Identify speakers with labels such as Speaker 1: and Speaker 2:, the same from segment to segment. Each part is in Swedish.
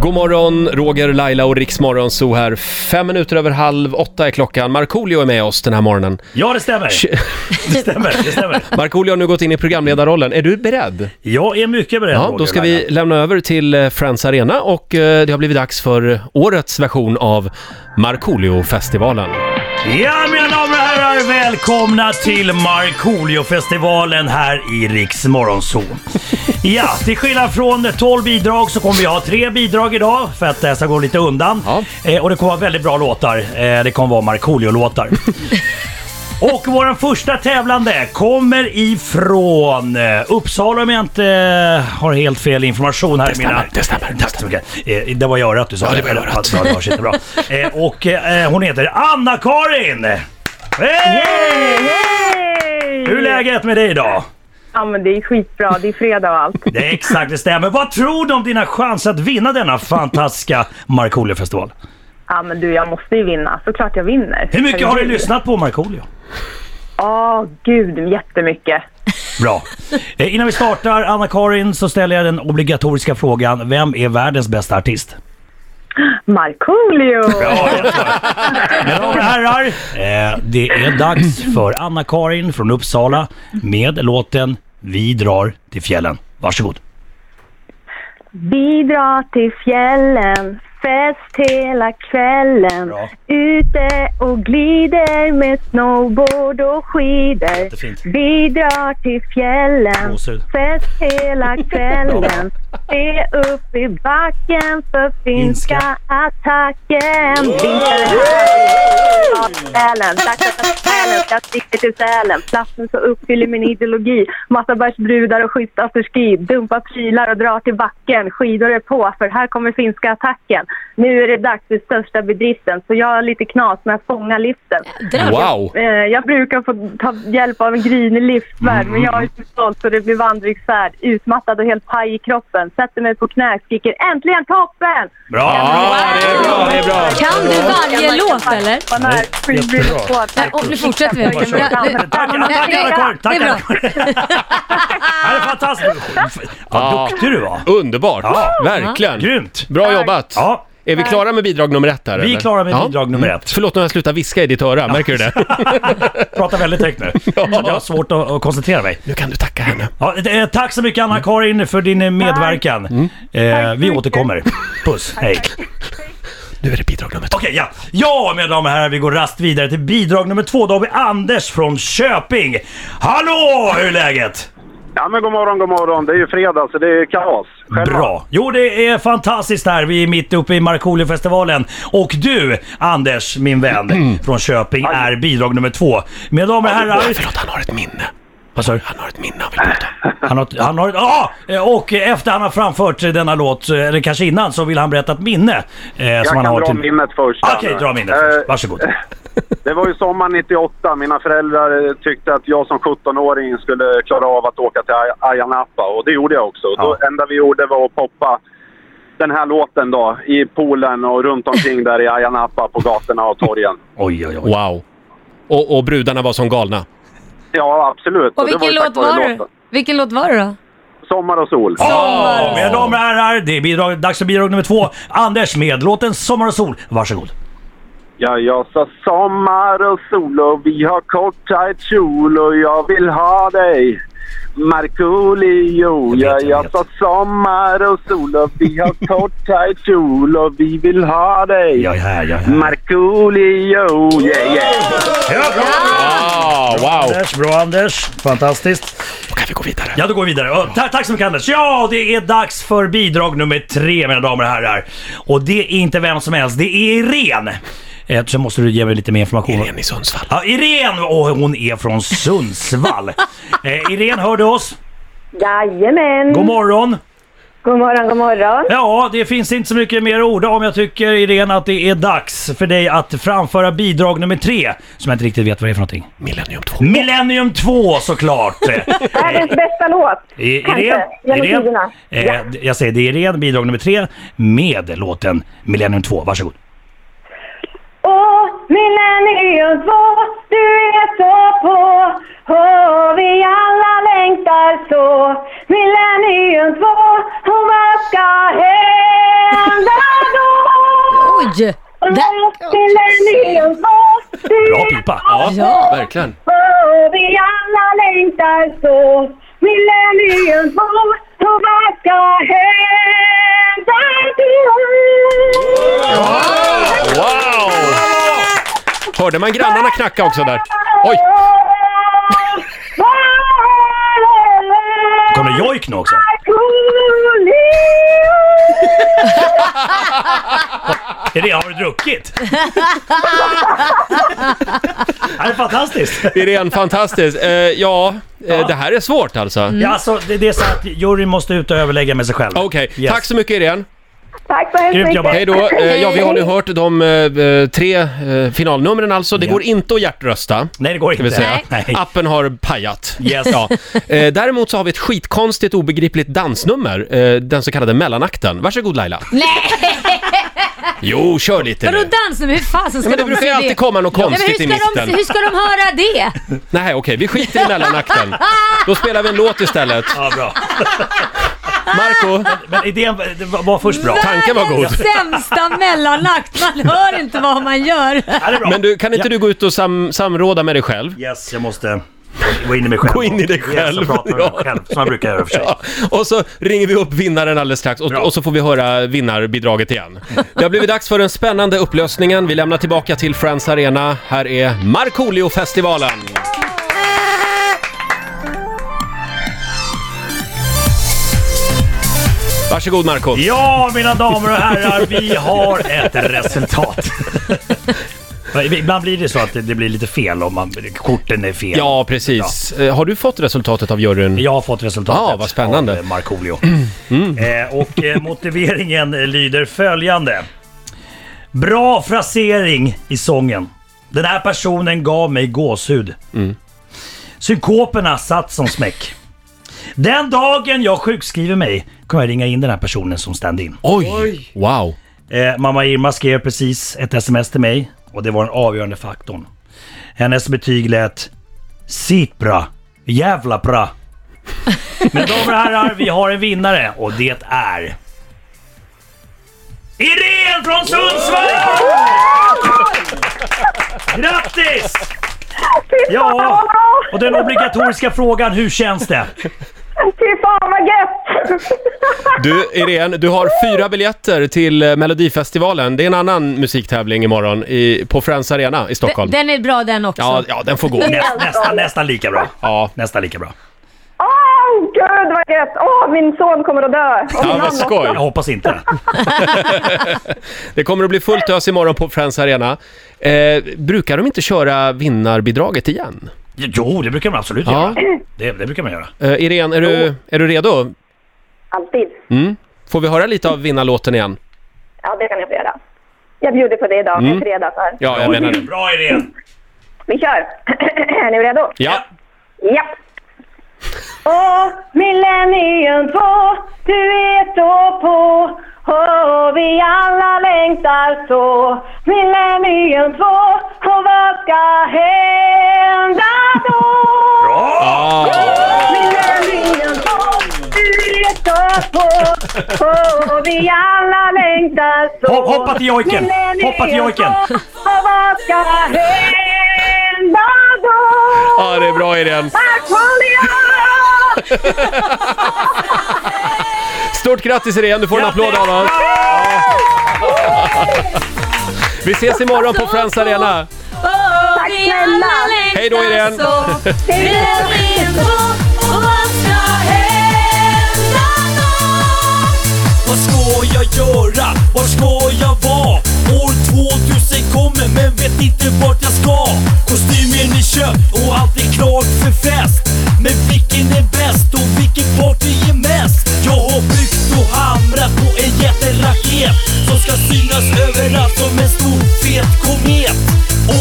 Speaker 1: God morgon, Roger, Laila och Riksmorgon så här. Fem minuter över halv åtta är klockan. Markoolio är med oss den här morgonen.
Speaker 2: Ja, det stämmer.
Speaker 1: Tj-
Speaker 2: Det stämmer, det stämmer.
Speaker 1: Markoolio har nu gått in i programledarrollen. Är du beredd?
Speaker 2: Jag är mycket beredd
Speaker 1: Ja,
Speaker 2: Roger,
Speaker 1: då ska vi
Speaker 2: Laila.
Speaker 1: lämna över till eh, Friends Arena och eh, det har blivit dags för årets version av Markoolio-festivalen.
Speaker 2: Ja, mina damer och herrar, välkomna till Markoolio-festivalen här i Riks Morgonzoo. Ja, till skillnad från 12 bidrag så kommer vi ha tre bidrag idag för att det här ska gå lite undan.
Speaker 1: Ja.
Speaker 2: Eh, och det kommer vara väldigt bra låtar. Eh, det kommer vara Markoolio-låtar. Och vår första tävlande kommer ifrån eh, Uppsala om jag inte eh, har helt fel information här. Det
Speaker 1: stämmer, det stämmer, det
Speaker 2: Tack så mycket. Eh, Det var i örat du sa.
Speaker 1: Ja, det var i örat.
Speaker 2: Alltså, ja, det hörs jättebra. Eh, Och eh, hon heter Anna-Karin! Hej! Hur är läget med dig idag?
Speaker 3: Ja men det är skitbra, det är fredag och allt.
Speaker 2: Det är exakt, det stämmer. Vad tror du om dina chanser att vinna denna fantastiska Markoolio-festival?
Speaker 3: Ja men du jag måste ju vinna, såklart jag vinner.
Speaker 2: Hur mycket har du
Speaker 3: Herregud.
Speaker 2: lyssnat på Markoolio?
Speaker 3: Ja gud jättemycket.
Speaker 2: Bra. Eh, Innan vi startar, Anna-Karin, så ställer jag den obligatoriska frågan. Vem är världens bästa artist?
Speaker 3: Markoolio!
Speaker 2: Ja, rätt svar. Mina damer och herrar, eh, det är dags för Anna-Karin från Uppsala med låten Vi drar till fjällen. Varsågod.
Speaker 3: Vi drar till fjällen, fest hela kvällen.
Speaker 2: Bra.
Speaker 3: Ute och glider med snowboard och skidor.
Speaker 2: Jättefint.
Speaker 3: Vi drar till fjällen,
Speaker 2: Gåshud.
Speaker 3: fest hela kvällen. Se upp i backen för finska
Speaker 2: Finska.
Speaker 3: attacken. Finska är Sälen, dags att ta Sälen, ska sticka till Sälen. Platsen så uppfyller min ideologi. Massabärsbrudar och schysst afterski. Dumpa prylar och dra till backen. Skidor är på, för här kommer finska attacken. Nu är det dags för största bedriften, så jag har lite knas med att fånga liften.
Speaker 4: Där har vi-
Speaker 1: Wow!
Speaker 3: Eh, Jag brukar få ta hjälp av en grinig liftvärd, men jag är så stolt så det blir vandringsfärd. Utmattad och helt paj i kroppen. Sätter mig på knä, skriker äntligen toppen!
Speaker 2: Bra!
Speaker 1: Ja, det är bra, det är bra!
Speaker 4: Kan du varje låt eller?
Speaker 3: Man är
Speaker 2: jättebra.
Speaker 4: Nej, och nu fortsätter vi.
Speaker 2: Varsågod.
Speaker 4: Ja, nu-
Speaker 2: Tack
Speaker 4: det är
Speaker 2: Anna-Karin!
Speaker 4: bra.
Speaker 2: Tack
Speaker 4: Det är bra.
Speaker 2: Anna-Karin! Det här är fantastiskt!
Speaker 1: Ja.
Speaker 2: Vad duktig du var!
Speaker 1: Underbart!
Speaker 2: Ja.
Speaker 1: Verkligen!
Speaker 2: Grymt!
Speaker 1: Bra jobbat!
Speaker 2: Ja,
Speaker 1: Är vi klara med bidrag nummer ett här
Speaker 2: vi är
Speaker 1: eller?
Speaker 2: klara med
Speaker 1: Ja. Mm.
Speaker 2: bidrag nummer ett.
Speaker 1: Förlåt, nu har jag slutat viska i ditt öra, märker du det?
Speaker 2: Prata väldigt högt nu. Jag har svårt att, att koncentrera mig.
Speaker 1: Nu kan du tacka henne.
Speaker 2: Ja, eh, tack så mycket Anna-Karin för din eh, medverkan. Eh, vi återkommer. Puss, hej.
Speaker 1: Nu är det bidrag nummer två.
Speaker 2: Okej, ja. Ja, mina damer och herrar, vi går rast vidare till bidrag nummer två. Då har vi Anders från Köping. Hallå, hur är läget?
Speaker 5: Ja men god morgon, god morgon. Det är ju fredag så det är kaos. Själva?
Speaker 2: Bra. Jo, det är fantastiskt här. Vi är mitt uppe i Markooliofestivalen. Och du, Anders, min vän från Köping, är bidrag nummer två. Mina damer och herrar...
Speaker 1: Mm. Förlåt, han har ett minne.
Speaker 2: Vad sa du?
Speaker 1: Han har ett minne han vill prata om.
Speaker 2: Han har, han har, ah! Eh, Och efter han har framfört eh, denna låt, eh, eller kanske innan, så vill han berätta ett minne. Eh,
Speaker 5: Jag
Speaker 2: som han
Speaker 5: kan
Speaker 2: har
Speaker 5: dra
Speaker 2: till...
Speaker 5: minnet först.
Speaker 2: Okej, dra minnet först.
Speaker 5: Eh,
Speaker 2: Varsågod.
Speaker 5: det var ju sommar 98. Mina föräldrar eh, tyckte att jag som 17-åring skulle klara av att åka till Ay- Ayia Napa och det gjorde jag också. Och Då
Speaker 2: Ja.
Speaker 5: enda vi gjorde var att poppa den här låten då i poolen och runt omkring där i Ayia Napa på gatorna och torgen.
Speaker 2: Oj, oj, oj.
Speaker 1: Wow. Och, och brudarna var som galna.
Speaker 5: Ja, absolut.
Speaker 4: Och
Speaker 5: det var
Speaker 4: vilken
Speaker 5: ju tack
Speaker 4: låt
Speaker 5: vare
Speaker 4: var det?
Speaker 5: låten.
Speaker 4: Vilken låt var det då?
Speaker 5: Sommar och sol.
Speaker 2: Oh, mina damer och herrar, det är bidrag, dags för bidrag nummer två. Anders med låten Sommar och sol. Varsågod.
Speaker 5: Ja, jag sa sommar och sol och vi har kort tajt kjol och jag vill ha dig Markoolio.
Speaker 2: Jag
Speaker 5: Ja,
Speaker 2: vet, jag
Speaker 5: jag
Speaker 2: vet.
Speaker 5: sa sommar och sol och vi har kort tajt kjol och vi vill ha dig
Speaker 2: Jag är här, jag är här.
Speaker 5: Markoolio. Yeah, yeah.
Speaker 2: Ja, bra,
Speaker 1: Ah, wow!
Speaker 2: Anders, bra Anders. Fantastiskt.
Speaker 1: Då kan vi gå vidare.
Speaker 2: Ja, då går vi vidare. Ja, ta- tack så mycket Anders. Ja, det är dags för bidrag nummer tre mina damer och herrar. Och det är inte vem som helst, det är Irene. Eh, Så måste du ge mig lite mer information.
Speaker 1: Irene i Sundsvall.
Speaker 2: Ja, Irene! Och hon är från Sundsvall. eh, Irene, hör du oss?
Speaker 3: Jajamän!
Speaker 2: God morgon!
Speaker 3: God morgon, god morgon.
Speaker 2: Ja, det finns inte så mycket mer att orda om. Jag tycker Irene att det är dags för dig att framföra bidrag nummer tre, som jag inte riktigt vet vad det är för någonting.
Speaker 1: Millennium 2.
Speaker 2: Millennium 2 såklart!
Speaker 3: Världens bästa låt!
Speaker 2: Eh, Irene,
Speaker 3: Kanske, genom
Speaker 2: Irene,
Speaker 3: tiderna.
Speaker 2: eh, d- jag säger det är Irene, bidrag nummer tre, med låten Millennium 2. Varsågod.
Speaker 3: Åh, millennium två, du är så på. Åh, vi alla längtar så. Millennium två, och vad ska hända?
Speaker 6: Oj! Där-
Speaker 2: Bra pipa.
Speaker 1: Ja, verkligen.
Speaker 3: Oh, vi alla längtar så Millenniums bor Så vad ska hända till oss?
Speaker 1: Wow! Hörde man grannarna knacka också där? Oj!
Speaker 2: Kommer jojken också? Är det, har du druckit? det är fantastiskt.
Speaker 1: Det är redan fantastiskt. Eh, ja, eh, det här är svårt alltså.
Speaker 2: Ja, alltså, det, det är så att juryn måste ut och överlägga med sig själv.
Speaker 1: Okej,
Speaker 2: Yes.
Speaker 1: tack så mycket Irene.
Speaker 3: Tack så hemskt
Speaker 2: Grymt
Speaker 3: mycket.
Speaker 2: jobbat.
Speaker 1: Hej då. Eh, ja, vi har nu hört de eh, tre eh, finalnumren alltså. Det
Speaker 2: Ja.
Speaker 1: går inte att hjärtrösta.
Speaker 2: Nej, det går
Speaker 1: Ska vi
Speaker 2: inte.
Speaker 1: säga.
Speaker 2: Nej.
Speaker 1: Appen har pajat.
Speaker 2: Yes.
Speaker 1: Ja. Eh, däremot så har vi ett skitkonstigt obegripligt dansnummer, eh, den så kallade mellanakten. Varsågod Laila. Nej! Jo, kör lite
Speaker 6: Vadå
Speaker 1: nu.
Speaker 6: dansen? Hur fasen ska
Speaker 1: Men det
Speaker 6: de
Speaker 1: brukar
Speaker 6: se
Speaker 1: ju alltid komma något
Speaker 6: Ja, men
Speaker 1: konstigt i
Speaker 6: hur ska, de,
Speaker 1: mitten.
Speaker 6: hur ska de höra det?
Speaker 1: Nej, okej, vi skiter i mellanakten. Då spelar vi en låt istället.
Speaker 2: Ja, bra.
Speaker 1: Marco,
Speaker 2: Men idén var- var var först bra.
Speaker 1: tanken var god.
Speaker 6: Den sämsta mellanakt. Man hör inte vad man gör.
Speaker 2: Ja, det är bra.
Speaker 1: Men du, kan inte
Speaker 2: Ja.
Speaker 1: du gå ut och sam samråda med dig själv?
Speaker 2: Yes, jag måste gå in i mig själv.
Speaker 1: Gå in i dig
Speaker 2: Yes,
Speaker 1: själv.
Speaker 2: jag pratar med
Speaker 1: Ja.
Speaker 2: mig själv, som jag brukar göra i och för sig.
Speaker 1: Ja. Och så ringer vi upp vinnaren alldeles strax och,
Speaker 2: Bra.
Speaker 1: och så får vi höra vinnarbidraget igen. Det har blivit dags för den spännande upplösningen. Vi lämnar tillbaka till Friends Arena. Här är Markoolio-festivalen. Varsågod Marco.
Speaker 2: Ja, mina damer och herrar, vi har ett resultat. Ibland blir det så att det- det blir lite fel om man, korten är fel.
Speaker 1: Ja, precis. Eh, Har du fått resultatet av juryn?
Speaker 2: Jag har fått resultatet
Speaker 1: Ja, vad spännande. Mm.
Speaker 2: av eh, Markoolio. Eh, och eh, motiveringen eh, lyder följande. Bra frasering i sången. Den här personen gav mig gåshud.
Speaker 1: Mm.
Speaker 2: Synkoperna satt som smäck. Den dagen jag sjukskriver mig kommer jag ringa in den här personen som stand-in.
Speaker 1: Oj! Wow.
Speaker 2: Eh, mamma Irma skrev precis ett sms till mig och det var den avgörande faktorn. Hennes betyg lät Sitt bra, jävla bra. Men damer och herrar, vi har en vinnare och det är... Irene från Sundsvall! Grattis! Ja, och den obligatoriska frågan, hur känns det?
Speaker 3: Fy fan vad gött!
Speaker 1: Du Irene, du har fyra biljetter till eh, Melodifestivalen. Det är en annan musiktävling imorgon i, på Friends Arena i Stockholm.
Speaker 6: Den är bra den också.
Speaker 1: Ja, ja, den får gå.
Speaker 2: Näst, nästan, nästan lika bra.
Speaker 1: Ja.
Speaker 2: Nästan lika bra.
Speaker 3: Åh, gud vad gött! Åh, min son kommer att dö. Och
Speaker 1: Ja,
Speaker 3: min
Speaker 1: vad
Speaker 3: man också.
Speaker 1: skoj.
Speaker 2: Jag hoppas inte.
Speaker 1: Det kommer att bli fullt ös imorgon på Friends Arena. Eh, brukar de inte köra vinnarbidraget igen?
Speaker 2: Jo, det brukar man absolut
Speaker 1: Ja.
Speaker 2: göra. Det, det brukar man göra.
Speaker 1: Eh, Irene, är du, är du redo?
Speaker 3: Alltid.
Speaker 1: Får vi höra lite av vinnarlåten igen?
Speaker 3: Ja, det kan jag få göra. Jag bjuder på det idag, en fredag så här.
Speaker 1: Mm. Ja, jag menar det.
Speaker 2: Bra idé!
Speaker 3: Vi kör! är ni redo?
Speaker 1: Ja.
Speaker 3: Ja. Åh, millennium 2, du är så på. Åh, vi alla längtar så. Millennium 2, och vad ska hända då?
Speaker 1: Ah.
Speaker 3: Millennium 2, du är så på. Åh, vi alla längtar så.
Speaker 2: Hop- hoppa till jojken. Hoppa till jojken.
Speaker 3: Millennium 2, och vad ska hända då?
Speaker 1: Ja, det är bra Irene.
Speaker 3: Markoolio!
Speaker 1: Stort grattis Irene, du får en applåd av oss. Vi ses imorgon på Friends Arena.
Speaker 6: Tack snälla!
Speaker 1: Hej då, Irene.
Speaker 6: alltså.
Speaker 7: Vad ska jag göra? Var ska jag vara? År 2000 kommer men vet inte vart jag ska Kostymen är köpt och allt är klart för fest Men vilken är bäst och vilket party är mest? Jag har byggt och hamrat på en jätteraket Som ska synas överallt som en stor fet komet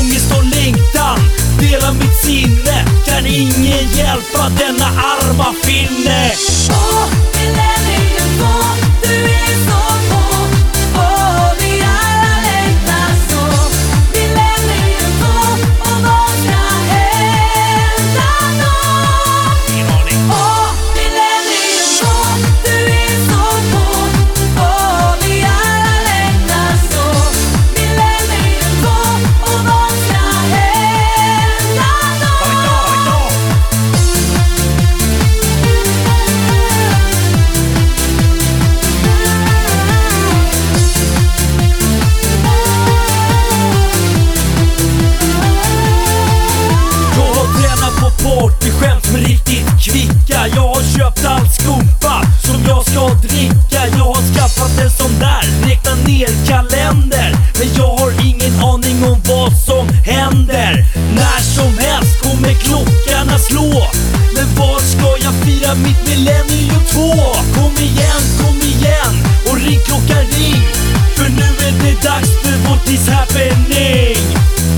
Speaker 7: Ångest och längtan delar mitt sinne Kan ingen hjälpa denna arma finne?
Speaker 8: Oh
Speaker 9: this is happening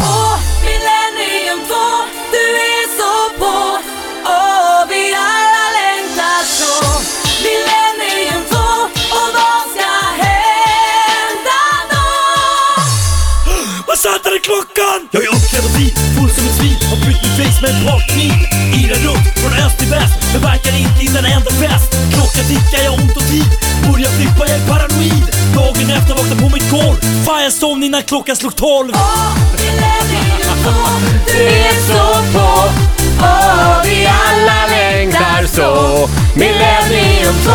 Speaker 8: Åh, millennium 2, du är så på Åh, vi alla längtar så Millennium 2, och vad ska hända då?
Speaker 9: Vad satte klockan? Jag är uppklädd och vit, full som ett svin Har brytt mitt face med en rakkniv Irar runt från öst till väst Förverkar inte innan en enda fest Klockan tickar, jag har ont om tid Börjar flippa, jag är paranoid Dagen efter vaknar på mitt golv Fan jag somnade innan klockan slog tolv
Speaker 8: Åh, millennium 2, du är så på Åh, vi alla längtar så Millennium 2,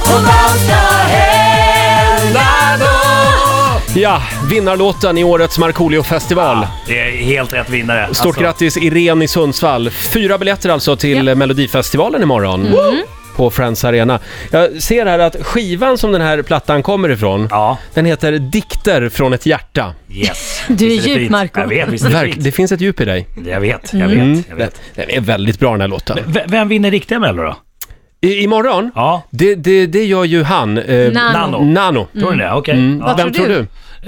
Speaker 8: och vad ska hända då?
Speaker 1: Ja, vinnarlåten i årets Markoolio-festival.
Speaker 2: Det är helt rätt vinnare. Alltså,
Speaker 1: Stort grattis Irene i Sundsvall. Fyra biljetter alltså till Melodifestivalen imorgon.
Speaker 2: Mm.
Speaker 1: På Friends Arena. Jag ser här att skivan som den här plattan kommer ifrån,
Speaker 2: Ja.
Speaker 1: den heter Dikter från ett hjärta.
Speaker 2: Yes.
Speaker 4: Du är
Speaker 2: Visst det
Speaker 4: djup,
Speaker 2: fint?
Speaker 4: Marco.
Speaker 2: Jag vet, visst är det
Speaker 1: Verk,
Speaker 2: fint?
Speaker 1: det finns ett djup i dig.
Speaker 2: Jag vet, jag vet,
Speaker 1: Den,
Speaker 2: jag vet.
Speaker 1: den är väldigt bra den här låten.
Speaker 2: V- vem vinner riktiga Mello då?
Speaker 1: I, imorgon,
Speaker 2: Ja.
Speaker 1: det, det, det gör ju han. eh,
Speaker 4: Nano. Mm.
Speaker 2: Nano.
Speaker 1: Nano.
Speaker 2: Tror ni det? Okej. Ja.
Speaker 1: Mm. Vem tror
Speaker 4: tror
Speaker 1: du?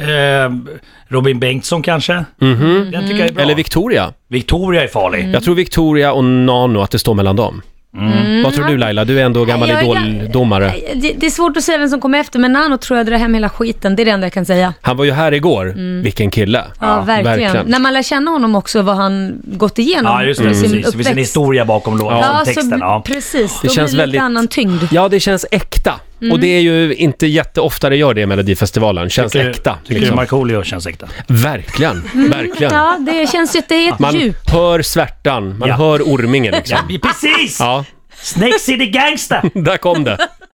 Speaker 4: du?
Speaker 2: Ehm, Robin Bengtsson kanske? mm Den tycker jag är bra.
Speaker 1: Mhm. Eller Victoria?
Speaker 2: Victoria är farlig.
Speaker 4: Mm.
Speaker 1: Jag tror Victoria och Nano, att det står mellan dem.
Speaker 2: Mm.
Speaker 1: Vad tror du Laila? Du är ändå gammal
Speaker 4: Mm. Jag- jag-
Speaker 1: idoldomare.
Speaker 4: Det, det är svårt att säga vem som kommer efter, men Nano tror jag drar hem hela skiten. Det är det enda jag kan säga.
Speaker 1: Han var ju här igår. Vilken kille.
Speaker 4: Mm. Ja, verkligen. När man lär känna honom också, vad han gått igenom
Speaker 2: Ja, just det.
Speaker 4: under Mm. sin
Speaker 2: Precis. Det finns en
Speaker 4: uppväxt.
Speaker 2: historia bakom låten,
Speaker 4: Ja,
Speaker 2: texten.
Speaker 4: så,
Speaker 2: Ja.
Speaker 4: precis.
Speaker 1: Det
Speaker 4: Då
Speaker 1: känns
Speaker 4: blir det
Speaker 1: väldigt-
Speaker 4: lite annan tyngd. Mm.
Speaker 1: Ja, det känns äkta. Och det är ju inte jätteofta det gör det i Melodifestivalen. Känns äkta.
Speaker 2: Tycker du
Speaker 1: liksom.
Speaker 2: Markoolio känns äkta?
Speaker 1: Verkligen, verkligen.
Speaker 4: Mm. Ja, det känns ju att det är ett
Speaker 1: Man
Speaker 4: djup.
Speaker 1: hör svärtan, man
Speaker 2: Ja.
Speaker 1: hör ormingen liksom.
Speaker 2: Ja, precis!
Speaker 1: Ja,
Speaker 2: Snake City Gangsta!
Speaker 1: där kom det.